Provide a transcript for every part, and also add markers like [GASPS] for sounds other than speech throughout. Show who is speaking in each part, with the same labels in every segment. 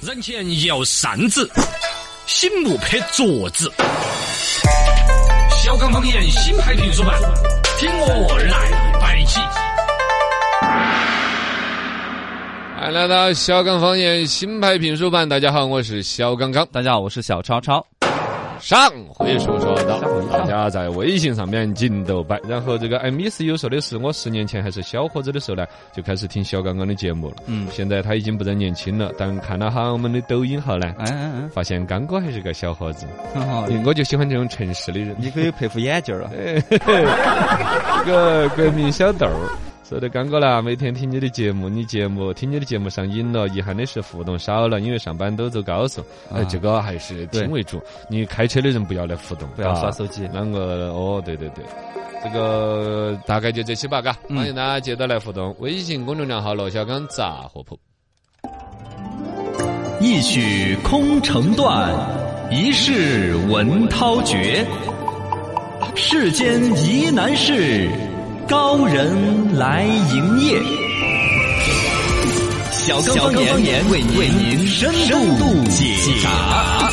Speaker 1: 人前摇扇子，醒目拍桌子。小刚方言新派评书版，听我来摆起。
Speaker 2: 哎来，来到小刚方言新派评书版，大家好，我是小刚刚。
Speaker 3: 大家好，我是小超超。
Speaker 2: 上回书说到
Speaker 3: 上回，啊说
Speaker 2: 大家在微信上面紧斗摆，然后这个 I miss you 说的是我十年前还是小伙子的时候呢，就开始听小刚刚的节目了。
Speaker 3: 嗯
Speaker 2: 现在他已经不再年轻了，但看了下我们的抖音后呢，
Speaker 3: 哎哎
Speaker 2: 发现刚哥还是个小伙子。嗯
Speaker 3: 哎，很好，哎
Speaker 2: 我就喜欢这种诚实的人。
Speaker 3: 你可以佩服眼镜儿
Speaker 2: 啊
Speaker 3: 了。
Speaker 2: 这个国民小豆儿。说的刚哥啦，每天听你的节目，你节目听你的节目上瘾了。遗憾的是互动少了，因为上班都走高速。呃，
Speaker 3: 啊
Speaker 2: 这个还是听为主。你开车的人不要来互动，
Speaker 3: 不要
Speaker 2: 啊
Speaker 3: 刷手机
Speaker 2: 啷个？哦，对对对。这个大概就这些吧，嘎，
Speaker 3: 嗯
Speaker 2: 欢迎大家接着来互动。微信公众账号“罗小刚杂货铺
Speaker 4: 一曲空城断，一世文涛绝。世间疑难事，高人来营业。小刚方言为您为您深度解答。”，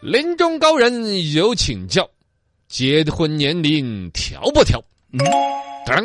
Speaker 2: 临终高人有请教，结婚年龄调不调？当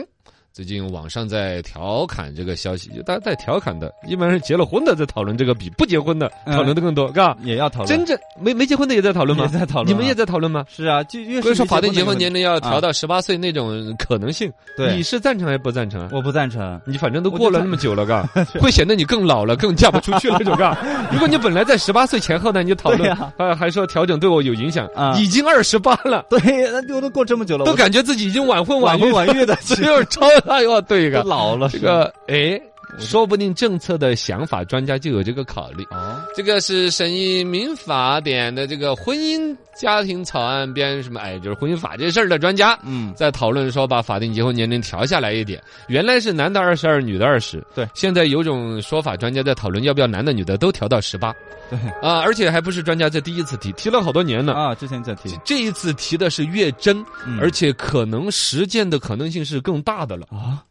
Speaker 2: 最近网上在调侃这个消息，就大家在调侃的，一般是结了婚的在讨论这个，比不结婚的
Speaker 3: 嗯
Speaker 2: 讨论的更多，嘎、
Speaker 3: 也要讨论。
Speaker 2: 真正没没结婚的也在讨论吗？
Speaker 3: 也在讨论啊
Speaker 2: 你们也在讨论吗？
Speaker 3: 是啊，就越
Speaker 2: 所以
Speaker 3: 是
Speaker 2: 说法定结婚年龄
Speaker 3: 龄，
Speaker 2: 要调到十八岁那种可能性，
Speaker 3: 对
Speaker 2: 你是赞成还是不赞成啊？
Speaker 3: 我不赞成。
Speaker 2: 你反正都过了那么久了，嘎，
Speaker 3: [LAUGHS]
Speaker 2: 会显得你更老了，更嫁不出去了，这种嘎。如果你本来在十八岁前后呢，你就讨
Speaker 3: 对
Speaker 2: 论
Speaker 3: 呀，
Speaker 2: 还还说调整对我有影响
Speaker 3: 啊，
Speaker 2: 已经二十八了，
Speaker 3: 对，那我都过这么久了，
Speaker 2: 都
Speaker 3: 我
Speaker 2: 感觉自己已经晚婚
Speaker 3: 晚
Speaker 2: 育
Speaker 3: 婚，晚
Speaker 2: [LAUGHS]
Speaker 3: 育的，
Speaker 2: 只有超大要对
Speaker 3: 都
Speaker 2: 个
Speaker 3: 老了。
Speaker 2: 这个哎，说不定政策的想法专家就有这个考虑。
Speaker 3: 哦，
Speaker 2: 这个是审议民法典的这个婚姻家庭草案编什么哎，就是婚姻法这事儿的专家，
Speaker 3: 嗯，
Speaker 2: 在讨论说把法定结婚年龄调下来一点，原来是男的二十二，女的二十。
Speaker 3: 对
Speaker 2: 现在有种说法，专家在讨论要不要男的女的都调到十八。
Speaker 3: 对
Speaker 2: 啊，而且还不是专家这第一次提，提了好多年呢。
Speaker 3: 啊，之前在提
Speaker 2: 这，这一次提的是越真，
Speaker 3: 嗯
Speaker 2: 而且可能实践的可能性是更大的了。
Speaker 3: 啊，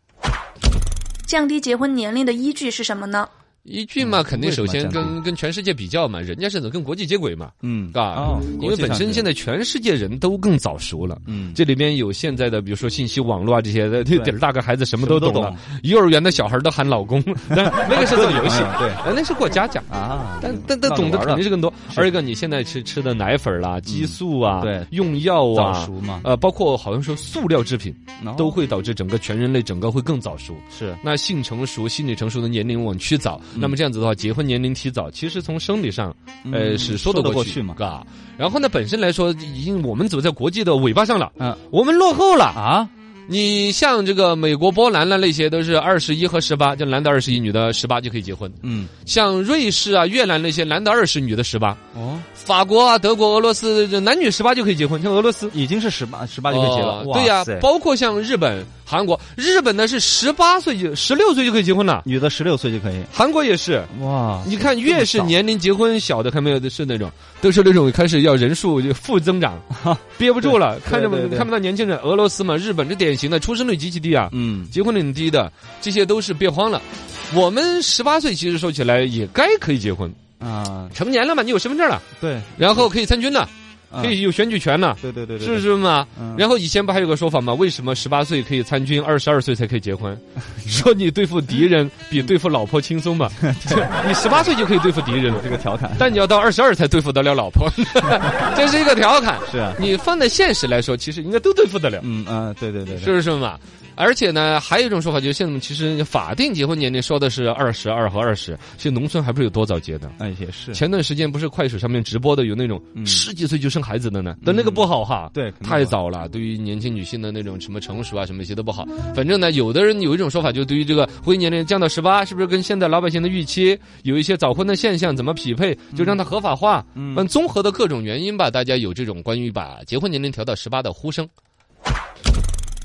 Speaker 5: 降低结婚年龄的依据是什么呢？
Speaker 2: 依据嘛，肯定首先
Speaker 3: 嗯为什么这样
Speaker 2: 跟跟全世界比较嘛，人家是能跟国际接轨嘛，
Speaker 3: 嗯，
Speaker 2: 嘎、
Speaker 3: 哦
Speaker 2: 啊因为本身现
Speaker 3: 在，
Speaker 2: 在全世界人都更早熟了。
Speaker 3: 嗯，
Speaker 2: 这里边有现在的，比如说信息网络啊这些，这底儿 [LAUGHS] 大个孩子什么都懂
Speaker 3: 什
Speaker 2: 了
Speaker 3: 么。
Speaker 2: 幼儿园的小孩都喊老公， [LAUGHS] 但那个是做
Speaker 3: [LAUGHS]
Speaker 2: 游戏，
Speaker 3: 哎对
Speaker 2: 哎，那是过家家。
Speaker 3: 啊，
Speaker 2: 但但但
Speaker 3: 闹着
Speaker 2: 懂得
Speaker 3: 玩儿
Speaker 2: 肯定
Speaker 3: 了嗯
Speaker 2: 是更多。二一个，你现在吃吃的奶粉啦、激素啊、
Speaker 3: 对
Speaker 2: 用药
Speaker 3: 早
Speaker 2: 啊
Speaker 3: 熟，嘛，
Speaker 2: 呃，包括好像说塑料制品，
Speaker 3: 哦
Speaker 2: 都会导致整个全人类整个会更早熟。
Speaker 3: 是
Speaker 2: 那性成熟、心理成熟的年龄往趋早，那么这样子的话，结婚年龄提早，其实从生理上，呃，
Speaker 3: 嗯嗯
Speaker 2: 是说
Speaker 3: 说
Speaker 2: 得
Speaker 3: 得
Speaker 2: 过
Speaker 3: 过去嘛
Speaker 2: 嘎。然后呢，本身来说，已经我们走在国际的尾巴上了，
Speaker 3: 嗯
Speaker 2: 我们落后了。
Speaker 3: 啊，
Speaker 2: 你像这个美国、波兰啦，那些都是二十一和十八，就男的二十一，女的十八就可以结婚。
Speaker 3: 嗯，
Speaker 2: 像瑞士啊、越南那些，男的二十，女的十八。
Speaker 3: 哦，
Speaker 2: 法国啊、德国、俄罗斯，这男女十八就可以结婚。像俄罗斯，
Speaker 3: 已经是十八十八就可以结了
Speaker 2: 哦，
Speaker 3: 哇
Speaker 2: 对呀、
Speaker 3: 塞
Speaker 2: 包括像日本、韩国，日本呢是十八岁就十六岁就可以结婚了，
Speaker 3: 女的十六岁就可以，
Speaker 2: 韩国也是。
Speaker 3: 哇，
Speaker 2: 你看，越是
Speaker 3: 这么早
Speaker 2: 年龄结婚小的，看没有的是那种，都是那种开始要人数就负增
Speaker 3: [LAUGHS]
Speaker 2: 长，憋不住了，看着
Speaker 3: 对对对
Speaker 2: 看不到年轻人。俄罗斯嘛，日本这典型的出生率极其低啊，
Speaker 3: 嗯，
Speaker 2: 结婚率很低的，这些都是别慌了。我们十八岁其实说起来也该可以结婚，
Speaker 3: 啊，
Speaker 2: 成年了嘛，你有身份证了，
Speaker 3: 对，
Speaker 2: 然后可以参军了，
Speaker 3: 啊
Speaker 2: 可以有选举权了，
Speaker 3: 对对对对，
Speaker 2: 是不是嘛？
Speaker 3: 嗯
Speaker 2: 然后以前不还有个说法吗？为什么十八岁可以参军，二十二岁才可以结
Speaker 3: [LAUGHS]
Speaker 2: 婚？说你对付敌人比对付老婆轻松
Speaker 3: [LAUGHS]
Speaker 2: 嘛？你十八岁就可以对付敌人了，
Speaker 3: 这个调侃
Speaker 2: 但你要到二十二才对付得了老
Speaker 3: [LAUGHS]
Speaker 2: 婆，这是一个调侃。
Speaker 3: 是啊，
Speaker 2: 你放在现实来说，其实应该都对付得了，
Speaker 3: 嗯啊，对对对，
Speaker 2: 是不是嘛？而且呢，还有一种说法，就是现在其实法定结婚年龄说的是二十二和二十，其实农村还不是有多早结的。
Speaker 3: 哎也是，
Speaker 2: 前段时间不是快手上面直播的有那种
Speaker 3: 嗯
Speaker 2: 十几岁就生孩子的呢，但那个不好哈。
Speaker 3: 对，可能
Speaker 2: 太早了，对于年轻女性的那种什么成熟啊，什么一些都不好。反正呢，有的人有一种说法，就对于这个婚姻年龄降到十八，是不是跟现在老百姓的预期有一些早婚的现象，怎么匹配，就让它合法化？
Speaker 3: 嗯
Speaker 2: 嗯，综合的各种原因吧，大家有这种关于把结婚年龄调到十八的呼声。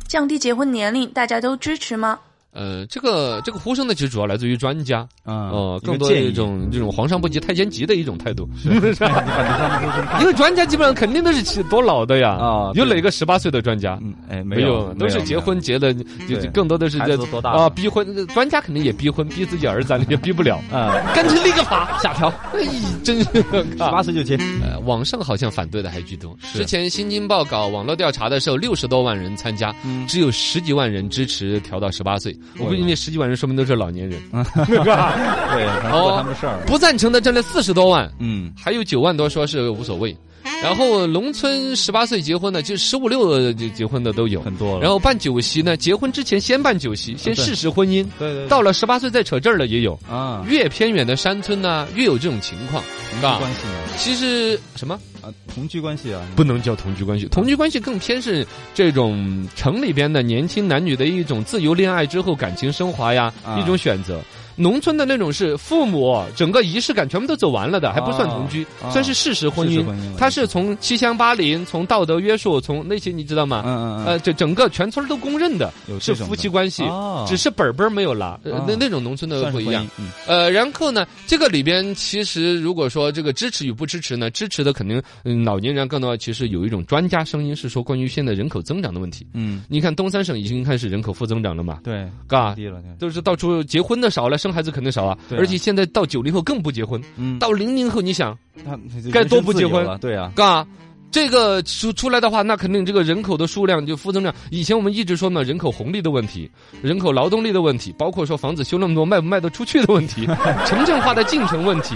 Speaker 5: 降低结婚年龄，大家都支持吗？
Speaker 2: 呃，这个这个呼声呢，其实主要来自于专家，
Speaker 3: 啊，
Speaker 2: 哦，
Speaker 3: 一个
Speaker 2: 更多的
Speaker 3: 建
Speaker 2: 一
Speaker 3: 议嗯
Speaker 2: 种这种皇上不急太监急的一种态度。
Speaker 3: 你把这上面都是看
Speaker 2: 因为专家基本上肯定都是起多老的呀，
Speaker 3: 啊
Speaker 2: 有
Speaker 3: 对
Speaker 2: 哪个十八岁的专家？
Speaker 3: [LAUGHS] 嗯，哎，
Speaker 2: 没
Speaker 3: 有，
Speaker 2: 都是
Speaker 3: 没有
Speaker 2: 结。婚结的，就
Speaker 3: 对
Speaker 2: 就更多的是
Speaker 3: 孩
Speaker 2: 在
Speaker 3: 子多大
Speaker 2: 啊
Speaker 3: 了
Speaker 2: 逼婚，专家肯定也逼婚，逼自己儿子啊 [LAUGHS] 也逼不了，
Speaker 3: 没
Speaker 2: [LAUGHS]
Speaker 3: 有啊，
Speaker 2: 干脆立个法，
Speaker 3: 下调，
Speaker 2: [LAUGHS] 哎，真是
Speaker 3: 十
Speaker 2: 啊
Speaker 3: 八岁就结，
Speaker 2: 呃，网上好像反对的还居多。之前《新京报》搞网络调查的时候，六十多万人参加，
Speaker 3: 嗯
Speaker 2: 只有十几万人支持调到十八岁。
Speaker 3: 哦
Speaker 2: 我估计那十几万人说明都是老年人，
Speaker 3: [LAUGHS]
Speaker 2: [LAUGHS]
Speaker 3: 对，反正做他们事儿。
Speaker 2: 不赞成的占了四十多万，
Speaker 3: 嗯，
Speaker 2: 还有九万多说是无所谓。然后农村十八岁结婚的，就十五六就结婚的都有。
Speaker 3: 很多了。啊
Speaker 2: 然后办酒席呢，结婚之前先办酒席，先
Speaker 3: 对
Speaker 2: 试试婚姻。
Speaker 3: 对对对
Speaker 2: 到了十八岁再扯证儿了也有。
Speaker 3: 啊，
Speaker 2: 越偏远的山村呢，越有这种情况，是吧？
Speaker 3: 关系呢？
Speaker 2: 其实什么？
Speaker 3: 啊，同居关系啊，
Speaker 2: 啊不能叫同居关系，同居关系更偏是这种城里边的年轻男女的一种自由恋爱之后感情升华呀，
Speaker 3: 啊
Speaker 2: 一种选择。农村的那种是父母整个仪式感全部都走完了的，还不算同居，
Speaker 3: 啊
Speaker 2: 算是事实婚
Speaker 3: 事
Speaker 2: 姻
Speaker 3: 实婚姻了。
Speaker 2: 它是从七乡八邻，从道德约束，从那些你知道吗？
Speaker 3: 嗯嗯嗯，
Speaker 2: 呃，这整个全村都公认的
Speaker 3: 有
Speaker 2: 是
Speaker 3: 这种
Speaker 2: 夫
Speaker 3: 的
Speaker 2: 妻关系，
Speaker 3: 哦
Speaker 2: 只是本儿本儿没有拿，呃
Speaker 3: 啊
Speaker 2: 那那种农村的
Speaker 3: 算是
Speaker 2: 不一
Speaker 3: 婚
Speaker 2: 样
Speaker 3: 姻。。嗯
Speaker 2: 呃，然后呢，这个里边其实如果说这个支持与不支持呢，支持的肯定，嗯，老年人更多的其实有一种专家声音是说关于现在人口增长的问题。
Speaker 3: 嗯，
Speaker 2: 你看东三省已经开始人口负增长了嘛，
Speaker 3: 对，
Speaker 2: 嘎，
Speaker 3: 低了，对
Speaker 2: 都是到处结婚的少了，生孩子肯定少啊，
Speaker 3: 对啊
Speaker 2: 而且现在到九零后更不结婚，
Speaker 3: 嗯，
Speaker 2: 到零零后你想，
Speaker 3: 他
Speaker 2: 该多不结婚
Speaker 3: 了，对啊，
Speaker 2: 嘎。这个出出来的话，那肯定这个人口的数量就负增长。以前我们一直说嘛，人口红利的问题，人口劳动力的问题，包括说房子修那么多卖不卖得出去的问
Speaker 3: [LAUGHS]
Speaker 2: 题，城镇化的进程问题，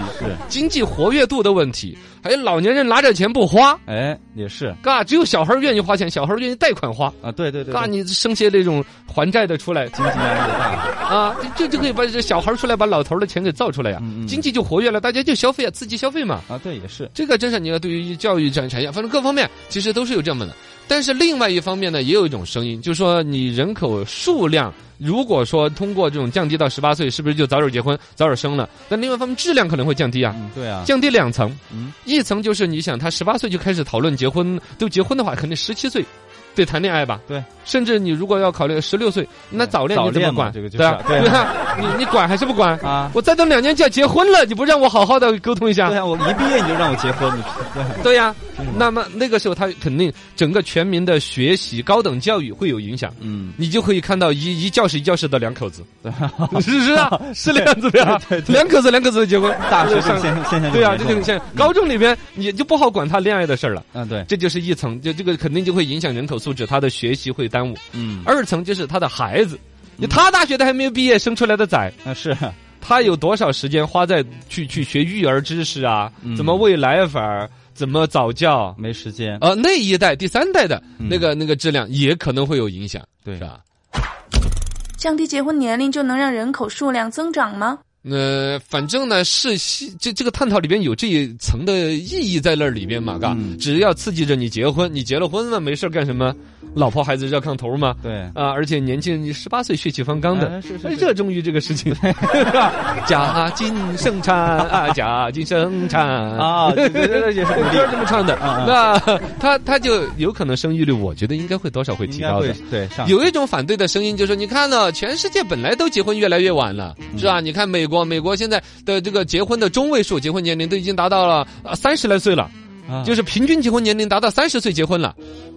Speaker 2: 经济活跃度的问题，还有老年人拿着钱不花，
Speaker 3: 哎，也是
Speaker 2: 嘎，只有小孩儿愿意花钱，小孩儿愿意贷款花，
Speaker 3: 啊，对对对，
Speaker 2: 嘎，你生些那种还债的出来
Speaker 3: 经济压力大，
Speaker 2: 啊，就就可以把这小孩儿出来把老头儿的钱给造出来呀、
Speaker 3: 嗯嗯
Speaker 2: 经济就活跃了，大家就消费啊，刺激消费嘛。
Speaker 3: 啊，对，也是，
Speaker 2: 这个真是你要对于教育产产业，反正各方面其实都是有这么的。但是另外一方面呢，也有一种声音，就是说你人口数量如果说通过这种降低到十八岁，是不是就早点结婚、早点生了？但另外一方面，质量可能会降低啊。
Speaker 3: 嗯，对啊，
Speaker 2: 降低两层
Speaker 3: 嗯，
Speaker 2: 一层就是你想他十八岁就开始讨论结婚，都结婚的话，肯定十七岁得谈恋爱吧？
Speaker 3: 对，嗯
Speaker 2: 甚至你如果要考虑十六岁，那早恋
Speaker 3: 早
Speaker 2: 你怎么
Speaker 3: 恋嘛
Speaker 2: 管？
Speaker 3: 这个就是
Speaker 2: 对啊，
Speaker 3: 对啊
Speaker 2: 你看 [LAUGHS] 你你管还是不管？
Speaker 3: 啊，
Speaker 2: 我再等两年就要结婚了，你不让我好好的沟通一下？
Speaker 3: 对啊，我一毕业你就让我结婚，你对啊
Speaker 2: [LAUGHS] 对呀、那么那个时候他肯定整个全民的学习、高等教育会有影响， [LAUGHS]
Speaker 3: 嗯，
Speaker 2: 你就可以看到一一教室一教室的两
Speaker 3: [LAUGHS]
Speaker 2: 口子，是不是啊，是那样子的呀
Speaker 3: 对对，对
Speaker 2: 两口子两口子的结婚，
Speaker 3: 大学
Speaker 2: 上
Speaker 3: 生现现象
Speaker 2: 对啊，
Speaker 3: 严
Speaker 2: 这
Speaker 3: 重
Speaker 2: 就很像高中里边你就不好管他恋爱的事儿了。
Speaker 3: 啊，对，
Speaker 2: 这就是一层，就这个肯定就会影响人口素质，他的学习会耽误。
Speaker 3: 嗯，
Speaker 2: 二层就是他的孩子，他大学都还没有毕业，生出来的崽，
Speaker 3: 那是啊
Speaker 2: 他有多少时间花在去去学育儿知识啊？
Speaker 3: 嗯
Speaker 2: 怎么喂奶粉儿？怎么早教？
Speaker 3: 没时间，
Speaker 2: 呃，那一代、第三代的
Speaker 3: 嗯
Speaker 2: 那个、那个质量也可能会有影响，
Speaker 3: 对
Speaker 2: 是吧？
Speaker 5: 降低结婚年龄就能让人口数量增长吗？
Speaker 2: 呃，反正呢是西这这个探讨里边有这一层的意义在那儿里边嘛，嘎、
Speaker 3: 嗯
Speaker 2: 只要刺激着你结婚，你结了婚了没事儿干什么？老婆孩子热炕头嘛，
Speaker 3: 对，
Speaker 2: 啊，而且年轻人你十八岁血气方刚的，
Speaker 3: 哎是是
Speaker 2: 哎
Speaker 3: 是
Speaker 2: 热衷于这个事情，
Speaker 3: [LAUGHS]
Speaker 2: 假进生产啊，假进生产 [LAUGHS]
Speaker 3: 啊对对对对也是鼓
Speaker 2: 歌
Speaker 3: 励
Speaker 2: 儿这么唱的，
Speaker 3: 啊
Speaker 2: 那 [LAUGHS] 他他就有可能生育率，我觉得应该会多少会
Speaker 3: 应
Speaker 2: 提
Speaker 3: 该
Speaker 2: 高
Speaker 3: 会
Speaker 2: 的。
Speaker 3: 对上
Speaker 2: 有一种反对的声音，就是说你看呢，全世界本来都结婚越来越晚了，
Speaker 3: 嗯
Speaker 2: 是吧？你看美国，美国现在的这个结婚的中位数，结婚年龄都已经达到了呃三十来岁了，
Speaker 3: 啊
Speaker 2: 就是平均结婚年龄达到三十岁结婚了，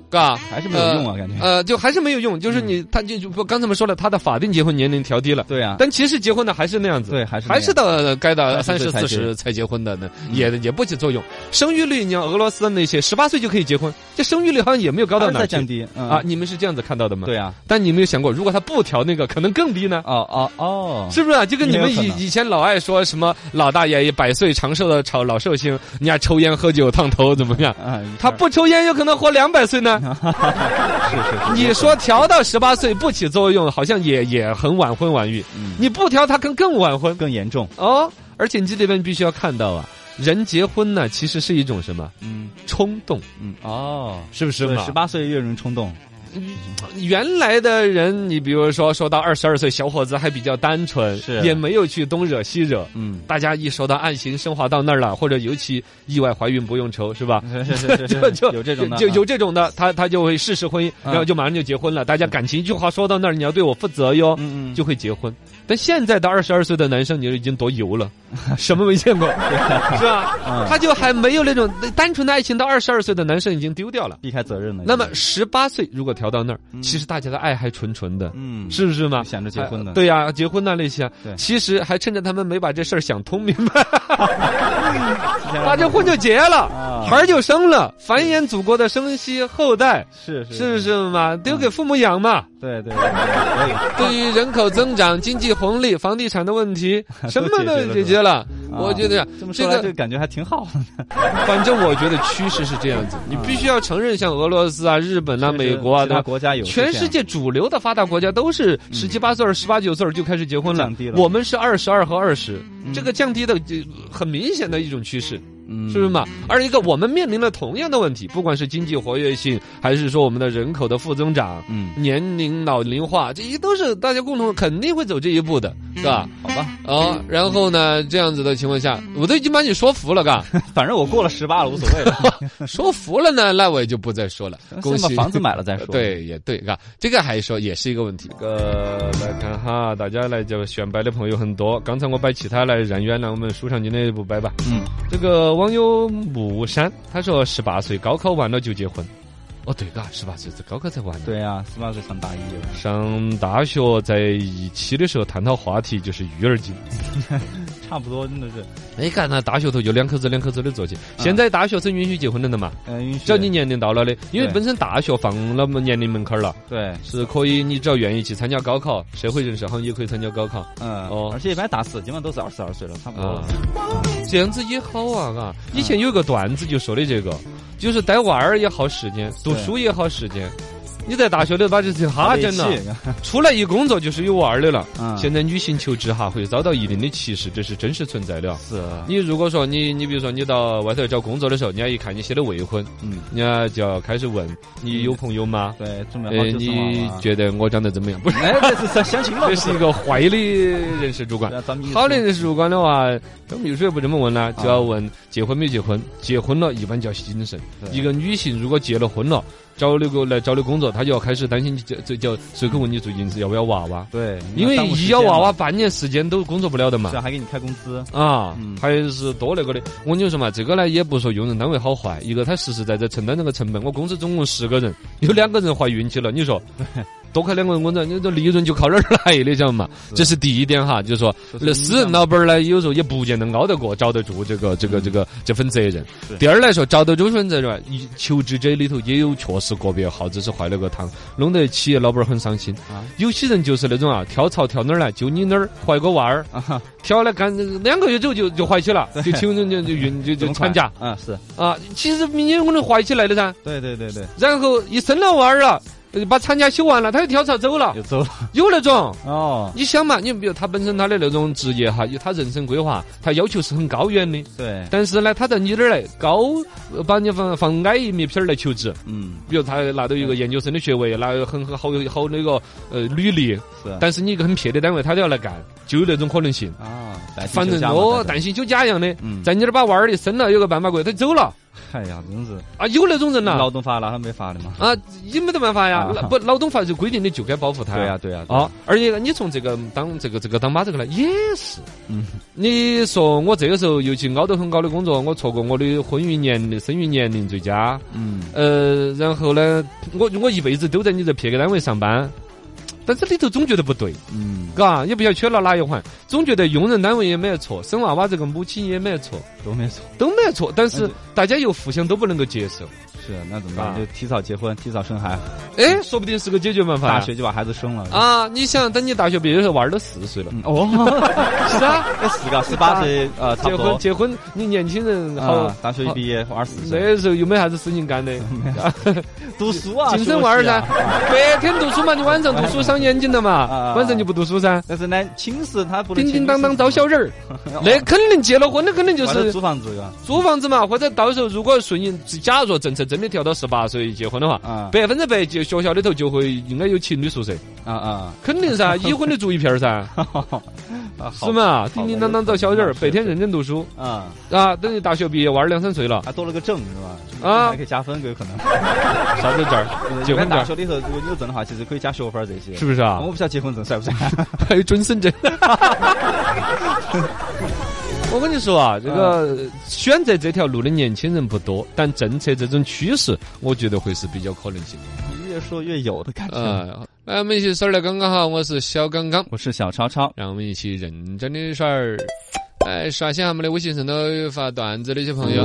Speaker 2: 嘎，
Speaker 3: 还是没有用啊，感觉，嗯
Speaker 2: 呃，就还是没有用，就是你他就就不刚才我们说了，他的法定结婚年龄调低了，
Speaker 3: 对啊，
Speaker 2: 但其实结婚的还是那样子，
Speaker 3: 对，还是
Speaker 2: 还是
Speaker 3: 那样
Speaker 2: 到呃该到三十四
Speaker 3: 30才结嗯
Speaker 2: 十才结婚的呢，也也不起作用。生育率，你像俄罗斯那些十八岁就可以结婚，这生育率好像也没有高到
Speaker 3: 还是
Speaker 2: 哪
Speaker 3: 在
Speaker 2: 儿
Speaker 3: 降
Speaker 2: 去
Speaker 3: 低
Speaker 2: 啊
Speaker 3: 啊？，
Speaker 2: 你们是这样子看到的吗？
Speaker 3: 对啊，
Speaker 2: 但你有没有想过，如果他不调那个，可能更低呢？
Speaker 3: 哦哦哦，
Speaker 2: 是不是啊？就跟你们
Speaker 3: 也有可
Speaker 2: 以
Speaker 3: 能
Speaker 2: 以前老爱说什么老大爷百岁长寿的炒老寿星，人家抽烟喝酒烫头怎么
Speaker 3: [LAUGHS]
Speaker 2: 样？
Speaker 3: 啊，一
Speaker 2: 他
Speaker 3: 下
Speaker 2: 不抽烟有可能活两百岁
Speaker 3: [LAUGHS] 嗯
Speaker 2: 呢。
Speaker 3: 是是是，
Speaker 2: 你说调到十八岁不起作用，好像也也很晚婚晚育。
Speaker 3: 嗯
Speaker 2: 你不调他更更晚
Speaker 3: [LAUGHS]
Speaker 2: 婚
Speaker 3: 更严重，
Speaker 2: 哦。而且你这里边必须要看到啊，人结婚呢其实是一种什么
Speaker 3: 嗯
Speaker 2: 冲动，
Speaker 3: 嗯，哦。
Speaker 2: 是不是
Speaker 3: 对
Speaker 2: 嘛？
Speaker 3: 十八岁越容易冲动，
Speaker 2: 原来的人，你比如说说到二十二岁小伙子还比较单纯，
Speaker 3: 是
Speaker 2: 也没有去东惹西惹。
Speaker 3: [LAUGHS] 嗯，
Speaker 2: 大家一说到案情升华到那儿了，或者尤其意外怀孕不用愁，是吧？
Speaker 3: 是是是是，
Speaker 2: 就是
Speaker 3: [LAUGHS]
Speaker 2: 就
Speaker 3: 有这种的，啊
Speaker 2: 就有这种的，他他就会试试婚姻，
Speaker 3: 嗯
Speaker 2: 然后就马上就结婚了。大家感情一句话说到那儿，你要对我负责哟，
Speaker 3: 嗯嗯
Speaker 2: 就会结婚。但现在的二十二岁的男生，你就已经多油
Speaker 3: [LAUGHS]
Speaker 2: 了，什么没见过，是吧
Speaker 3: 嗯？
Speaker 2: 他就还没有那种单纯的爱情，到二十二岁的男生已经丢掉了。
Speaker 3: 避开责任了。
Speaker 2: 那么
Speaker 3: 已经
Speaker 2: 十八岁如果调到那儿，
Speaker 3: 嗯
Speaker 2: 其实大家的爱还纯纯的，
Speaker 3: 嗯，
Speaker 2: 是不是嘛？
Speaker 3: 想着结婚的
Speaker 2: 哎对呀、结婚呐那些啊
Speaker 3: 对，
Speaker 2: 其实还趁着他们没把这事儿想通明白，把
Speaker 3: 把
Speaker 2: 啊这婚就结了
Speaker 3: 啊，
Speaker 2: 孩儿就生了，繁衍祖国的生息后代，
Speaker 3: 是是
Speaker 2: 是不是嘛？丢给父母养嘛。
Speaker 3: 对对对对，可以
Speaker 2: 对于人口增长、经济红利、房地产的问
Speaker 3: [LAUGHS]
Speaker 2: 题，什么都解
Speaker 3: 解
Speaker 2: 决
Speaker 3: 决
Speaker 2: 了。
Speaker 3: 啊
Speaker 2: 我觉得
Speaker 3: 这么
Speaker 2: 这
Speaker 3: 说来，这
Speaker 2: 个
Speaker 3: 个，感觉还挺好的。
Speaker 2: 反正我觉得趋势是这样子，你必须要承认，像俄罗斯啊、日本啊、美国啊，
Speaker 3: 其
Speaker 2: 对
Speaker 3: 他
Speaker 2: 吧？
Speaker 3: 国家有
Speaker 2: 全世
Speaker 3: 是这
Speaker 2: 界
Speaker 3: 样
Speaker 2: 主流的发达国家都是十七八岁儿、十八九岁儿就开始结婚了
Speaker 3: 降低，了
Speaker 2: 我们是二十二和二十，这个降低的就很明显的一种趋势，
Speaker 3: 嗯
Speaker 2: 是不是嘛？而一个我们面临了同样的问题，不管是经济活跃性，还是说我们的人口的负增长。
Speaker 3: 嗯，
Speaker 2: 年龄老龄化，这一都是大家共同肯定会走这一步的，是吧？
Speaker 3: 好吧，
Speaker 2: 哦，然后呢，这样子的情况下，我都已经把你说服了，
Speaker 3: [LAUGHS]
Speaker 2: 嘎，
Speaker 3: 反正我过了十八了，无所谓 [LAUGHS] 了。
Speaker 2: 说服了呢，那我也就不再说了。恭
Speaker 3: 先把
Speaker 2: 喜
Speaker 3: 房子买了再说。，
Speaker 2: 对，也对，嘎，这个还说也是一个问题。呃，来看哈，大家来就选摆的朋友很多。刚才我摆其他来人员呢，我们书上今天就不摆吧。
Speaker 3: 嗯，
Speaker 2: 这个网友木山他说，十八岁高考完了就结婚。哦，对，嘎，十八岁是高考才完的。
Speaker 3: 对呀，十八岁上大一了。
Speaker 2: 上大学在一期的时候探讨话题就是育儿经，
Speaker 3: 差不多真的是，
Speaker 2: 没干哎那大学头就两口子两口子的做起。现在大学生允许结婚了的嘛，
Speaker 3: 嗯，允许
Speaker 2: 只要你年龄到了的，因为
Speaker 3: 对
Speaker 2: 本身大学放了门年龄门槛儿了。
Speaker 3: 对，
Speaker 2: 是可以，你只要愿意去参加高考，社会人士好像也可以参加高考
Speaker 3: 嗯，
Speaker 2: 哦
Speaker 3: 而且一般打死基本上都是二十二岁了，差不多
Speaker 2: 啊
Speaker 3: 了。，
Speaker 2: 这样子也好啊，嘎。以前有个段子就说的这个，就是带娃儿也耗时间，读书也耗时间。你在大学里把这些哈整了，
Speaker 3: 了，
Speaker 2: 出来一工作就是有娃儿的了。
Speaker 3: 嗯
Speaker 2: 现在女性求职哈会遭到一定的歧视，这是真实存在的。
Speaker 3: 是，
Speaker 2: 你如果说你你比如说你到外头找工作的时候，人家一看你写的未婚，
Speaker 3: 嗯，
Speaker 2: 人家就要开始问你有朋友吗？
Speaker 3: 对，这么
Speaker 2: 呃
Speaker 3: 好，嗯就
Speaker 2: 你觉得我长得怎么样？不是，
Speaker 3: [LAUGHS] 哎，这是相相亲嘛？
Speaker 2: 这是一个坏的人事主管。
Speaker 3: 个咱们
Speaker 2: 好的人事主管的话，他们有时候也不这么问了，就要问结婚没结婚。结婚了，一般叫谨慎。
Speaker 3: 对
Speaker 2: 一个女性如果结了婚了，找那个来找的工作，她就要开始担心你这这叫随口问你最近是要不要娃娃，
Speaker 3: 对，
Speaker 2: 因为一要娃娃，半年时间都工作不了的嘛
Speaker 3: 是。啊还给你开工资，
Speaker 2: 啊
Speaker 3: 嗯，
Speaker 2: 还是多那个的。我跟你说嘛，这个呢也不说用人单位好坏，一个他实实在在承担这个成本。我公司总共十个人，有两个人怀孕去了，你
Speaker 3: [LAUGHS]
Speaker 2: 说多开两个人工资，你这利润就靠哪儿来的，晓得嘛？这是第一点哈，就是说
Speaker 3: 就是
Speaker 2: 那私人老板儿呢，有时候也不见得熬得过，找得住这个这个这个这份责任。
Speaker 3: 嗯是
Speaker 2: 第二来说，找得住这份责任，一求职者里头也有确实个别好子是坏了个汤，弄得企业老板儿很伤心。
Speaker 3: 啊
Speaker 2: 有些人就是那种啊，跳槽跳哪儿来，就你那儿怀个娃儿，
Speaker 3: 啊哈，
Speaker 2: 挑了干两个月之后就就怀起了，就请人就就
Speaker 3: [LAUGHS]
Speaker 2: 孕就就
Speaker 3: 这么快
Speaker 2: 产假
Speaker 3: 啊，是
Speaker 2: 啊。其实明年我能怀起来的噻，
Speaker 3: 对对对对，
Speaker 2: 然后一生了娃儿了，呃把产假休完了，他又跳槽走了
Speaker 3: 又，走
Speaker 2: [LAUGHS]
Speaker 3: 了
Speaker 2: 有那种。
Speaker 3: 哦，
Speaker 2: 你想嘛，你比如他本身他的那种职业哈，有他人生规划，他要求是很高远的，
Speaker 3: 对，
Speaker 2: 但是呢，他在你这儿来高，呃把你放放矮一米片儿来求职。
Speaker 3: 嗯，
Speaker 2: 比如他拿到一个研究生的学位，拿有很很好好那个呃履历，
Speaker 3: 是
Speaker 2: 但是你一个很撇的单位，他都要来干，就有那种可能性。
Speaker 3: 啊，带薪
Speaker 2: 反
Speaker 3: 休
Speaker 2: 正
Speaker 3: 假嘛
Speaker 2: 哦，
Speaker 3: 带
Speaker 2: 担心休假一样的，
Speaker 3: 嗯，
Speaker 2: 在你这儿把娃儿一生了有个半把个月，他走了
Speaker 3: 哎呀，真是
Speaker 2: 啊，有那种人
Speaker 3: 劳
Speaker 2: 呐
Speaker 3: 动法了还没法的嘛？
Speaker 2: 啊，也没得办法呀
Speaker 3: 啊，
Speaker 2: 那不劳动法就规定的就该保护他
Speaker 3: 对呀对呀，对呀
Speaker 2: 啊，，而且你从这个当这个这个当妈这个来也是，
Speaker 3: 嗯，
Speaker 2: 你说我这个时候尤其熬得很高的工作，我错过我的婚育年龄、生育年龄最佳，
Speaker 3: 嗯，
Speaker 2: 呃，然后呢，我我一辈子都在你这撇个单位上班，但是里头总觉得不对，
Speaker 3: 嗯，
Speaker 2: 嘎，也不晓得缺了哪一环，总觉得用人单位也没得错，生娃娃这个母亲也没得错，
Speaker 3: 都没错，
Speaker 2: 都没得错，但是
Speaker 3: 嗯
Speaker 2: 大家又互相都不能够接受，
Speaker 3: 是那怎么
Speaker 2: 啊
Speaker 3: 办？就提早结婚，提早生孩，
Speaker 2: 哎，说不定是个解决办法呀。
Speaker 3: 嗯大学就把孩子生了。
Speaker 2: 啊，你想等你大学毕业的时候，娃儿都四十岁了，
Speaker 3: 嗯哦，
Speaker 2: [LAUGHS] 是啊，
Speaker 3: 那是 [LAUGHS] 个十八岁，呃，差
Speaker 2: 结
Speaker 3: 不
Speaker 2: 婚
Speaker 3: 多，
Speaker 2: 结婚，你年轻人好
Speaker 3: 啊，，大学一毕业二十四岁，
Speaker 2: 那时候又没啥子事情干的，
Speaker 3: 读书啊，
Speaker 2: 精神娃儿
Speaker 3: 学习
Speaker 2: 噻，
Speaker 3: 啊
Speaker 2: 白天读书嘛，你晚上读书伤眼睛的嘛，
Speaker 3: 啊
Speaker 2: 晚上就不读书噻，
Speaker 3: 但是呢，寝室他不能
Speaker 2: 叮叮当当招小人儿，
Speaker 3: 那
Speaker 2: 那肯定结了婚的肯定就
Speaker 3: 就是
Speaker 2: 是
Speaker 3: 租房子个，
Speaker 2: 租房子嘛，或者到时候如果顺应，假若政策真真的调到十八岁结婚的话，
Speaker 3: 啊
Speaker 2: 百分之百就学校里头就会应该有情侣宿舍，
Speaker 3: 啊
Speaker 2: [LAUGHS]
Speaker 3: 啊，
Speaker 2: 肯定噻，已婚的住一片儿 [LAUGHS] 噻，
Speaker 3: 啊
Speaker 2: 是？嘛？叮叮当当找小人儿，白天认真读书
Speaker 3: 好啊，
Speaker 2: 啊，等你大学毕业娃儿两三岁了，
Speaker 3: 还多了个证是吧？
Speaker 2: 啊
Speaker 3: 还可以加分，有可能。
Speaker 2: 啥子证儿？结
Speaker 3: 一般
Speaker 2: 婚证
Speaker 3: 大
Speaker 2: 儿
Speaker 3: 学里头，如果你有证的话，其实可以加学分儿这些。
Speaker 2: 是不是啊
Speaker 3: 我？不晓得结婚证算不算？
Speaker 2: 还有准生证。 [LAUGHS] 我跟你说啊，这个选择这条路的年轻人不多，但政策这种趋势，我觉得会是比较可能性的。
Speaker 3: [LAUGHS] 越说越有的感觉。
Speaker 2: 嗯，来，我们一起耍儿来刚刚好，我是小刚刚，
Speaker 3: 我是小超超，
Speaker 2: 让我们一起认真的耍儿。哎，刷新下我们的微信上头有发段子的一些朋友，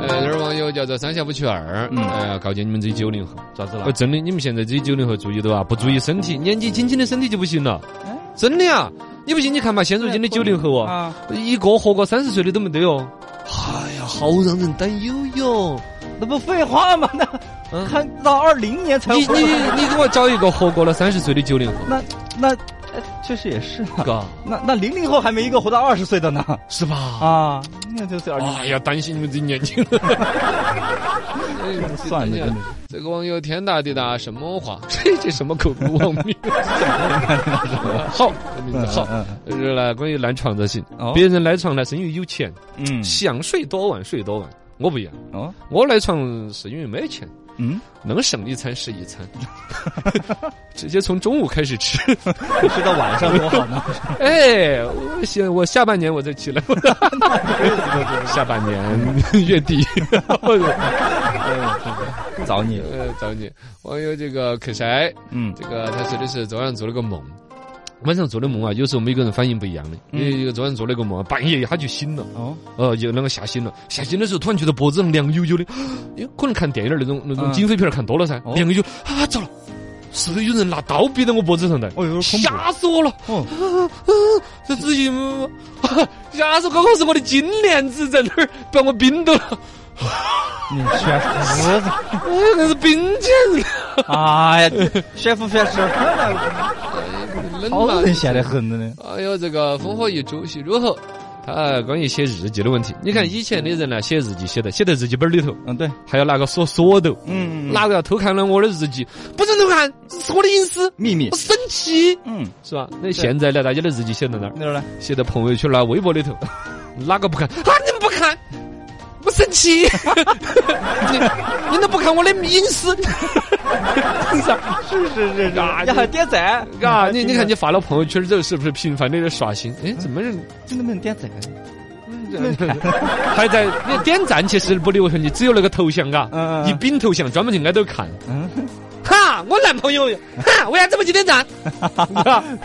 Speaker 2: 呃，那儿网友叫做三峡五去二，
Speaker 3: 嗯
Speaker 2: 哎呀，告诫你们这些九零后，
Speaker 3: 咋子了
Speaker 2: 哦，？真的，你们现在这些九零后注意到啊，不注意身体，年纪轻轻的身体就不行了，
Speaker 3: 嗯
Speaker 2: 真的呀。你不信你看嘛，现如今的九零后啊，
Speaker 3: 啊，
Speaker 2: 一个活过三十岁的都没得哟。哎呀，好让人担忧哟！
Speaker 3: 那不废话吗？那
Speaker 2: 嗯
Speaker 3: 看到二零年才
Speaker 2: 你你你给我找一个活过了三十岁的九零后，
Speaker 3: 那那呃确实也是啊。
Speaker 2: 嘎，
Speaker 3: 那那零零后还没一个活到二十岁的呢
Speaker 2: 是吧？
Speaker 3: 啊！那就是二零
Speaker 2: 哎呀，担心你们这年
Speaker 3: [LAUGHS]
Speaker 2: 轻人。哎
Speaker 3: 算了，真的
Speaker 2: 这个网友天大地大什么话？这这什么狗不网名？好，这名字好。
Speaker 3: 嗯嗯
Speaker 2: 就是呢，关于赖床这些
Speaker 3: 哦，
Speaker 2: 别人赖床呢是因为有钱，
Speaker 3: 嗯
Speaker 2: 想睡多晚睡多晚。我不一样，
Speaker 3: 哦
Speaker 2: 我赖床是因为没钱。
Speaker 3: 嗯，
Speaker 2: 能省一餐是一餐，直接从中午开始吃。
Speaker 3: 睡到晚上多好呢。
Speaker 2: 哎，我下我下半年我再起来，下半年月底，
Speaker 3: 找你，
Speaker 2: 呃，找你。网友这个可谁？
Speaker 3: 嗯
Speaker 2: 这个他说的是昨晚做了个梦。晚上做的梦啊，有时候每个人反应不一样的。
Speaker 3: 嗯
Speaker 2: 因为有个昨晚做了个梦啊，半夜他就醒了，
Speaker 3: 哦
Speaker 2: 呃，有那个吓醒了。吓醒的时候，突然觉得脖子上凉悠
Speaker 3: [GASPS]
Speaker 2: 悠的，因为可能看电影儿那种那种
Speaker 3: 嗯
Speaker 2: 警匪片儿看多了噻，
Speaker 3: 哦
Speaker 2: 凉悠悠啊，糟了，是不是有人拿刀逼到我脖子上来？
Speaker 3: 哦，有点恐怖。
Speaker 2: 吓死我了！啊
Speaker 3: 哦，
Speaker 2: 这自己， [LAUGHS] 啊吓死我！刚好是我的金链子在那儿把我冰到了，
Speaker 3: 你确实，
Speaker 2: 哎那是冰剑，
Speaker 3: 哎呀，学不学吃
Speaker 2: 冷
Speaker 3: 好
Speaker 2: 嘛
Speaker 3: 人闲得很的呢。
Speaker 2: 哎呦，这个烽火一煮，细如后。他关于写日记的问题，你看以前的人啊呢，写日记写的写在日记本里头，
Speaker 3: 嗯，对，
Speaker 2: 还要拿个锁锁头，
Speaker 3: 嗯，
Speaker 2: 哪个要偷看了我的日记，不准偷看，这是我的隐私，
Speaker 3: 秘密
Speaker 2: 我，生气，
Speaker 3: 嗯，
Speaker 2: 是吧？那现在呢，大家的日记写在那儿，
Speaker 3: 那儿呢？
Speaker 2: 写到朋友圈啦、微博里头， [LAUGHS] 哪个不看？啊，你们不看，我生气！ [LAUGHS] 你你都不看我的隐私，
Speaker 3: 是是是是，你还点赞，
Speaker 2: 啊！你你看你发了朋友圈之后，是不是频繁的在刷新？哎，怎么人
Speaker 3: 真的没人点赞？
Speaker 2: [LAUGHS] 还在你点赞？其实不流行，你只有那个头像，嘎
Speaker 3: 嗯，嗯嗯
Speaker 2: 一饼头像专门去挨头看。
Speaker 3: 嗯，
Speaker 2: 哈，我男朋友，哈，为啥这么去点 [LAUGHS] 赞？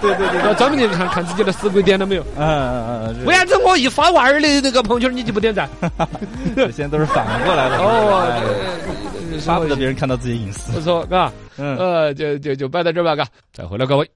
Speaker 3: 对对对，
Speaker 2: 要专门去看看自己的死鬼点了没有？
Speaker 3: 嗯嗯嗯，
Speaker 2: 为啥子我一发娃儿的那个朋友圈你就不点 [LAUGHS] 赞？
Speaker 3: 这现在都是反过来的哦，
Speaker 2: 哦
Speaker 3: 巴不得别人看到自己隐私。
Speaker 2: 不错，嘎。
Speaker 3: 嗯，
Speaker 2: 呃，就就就拜到这儿吧，嘎，再回来各位。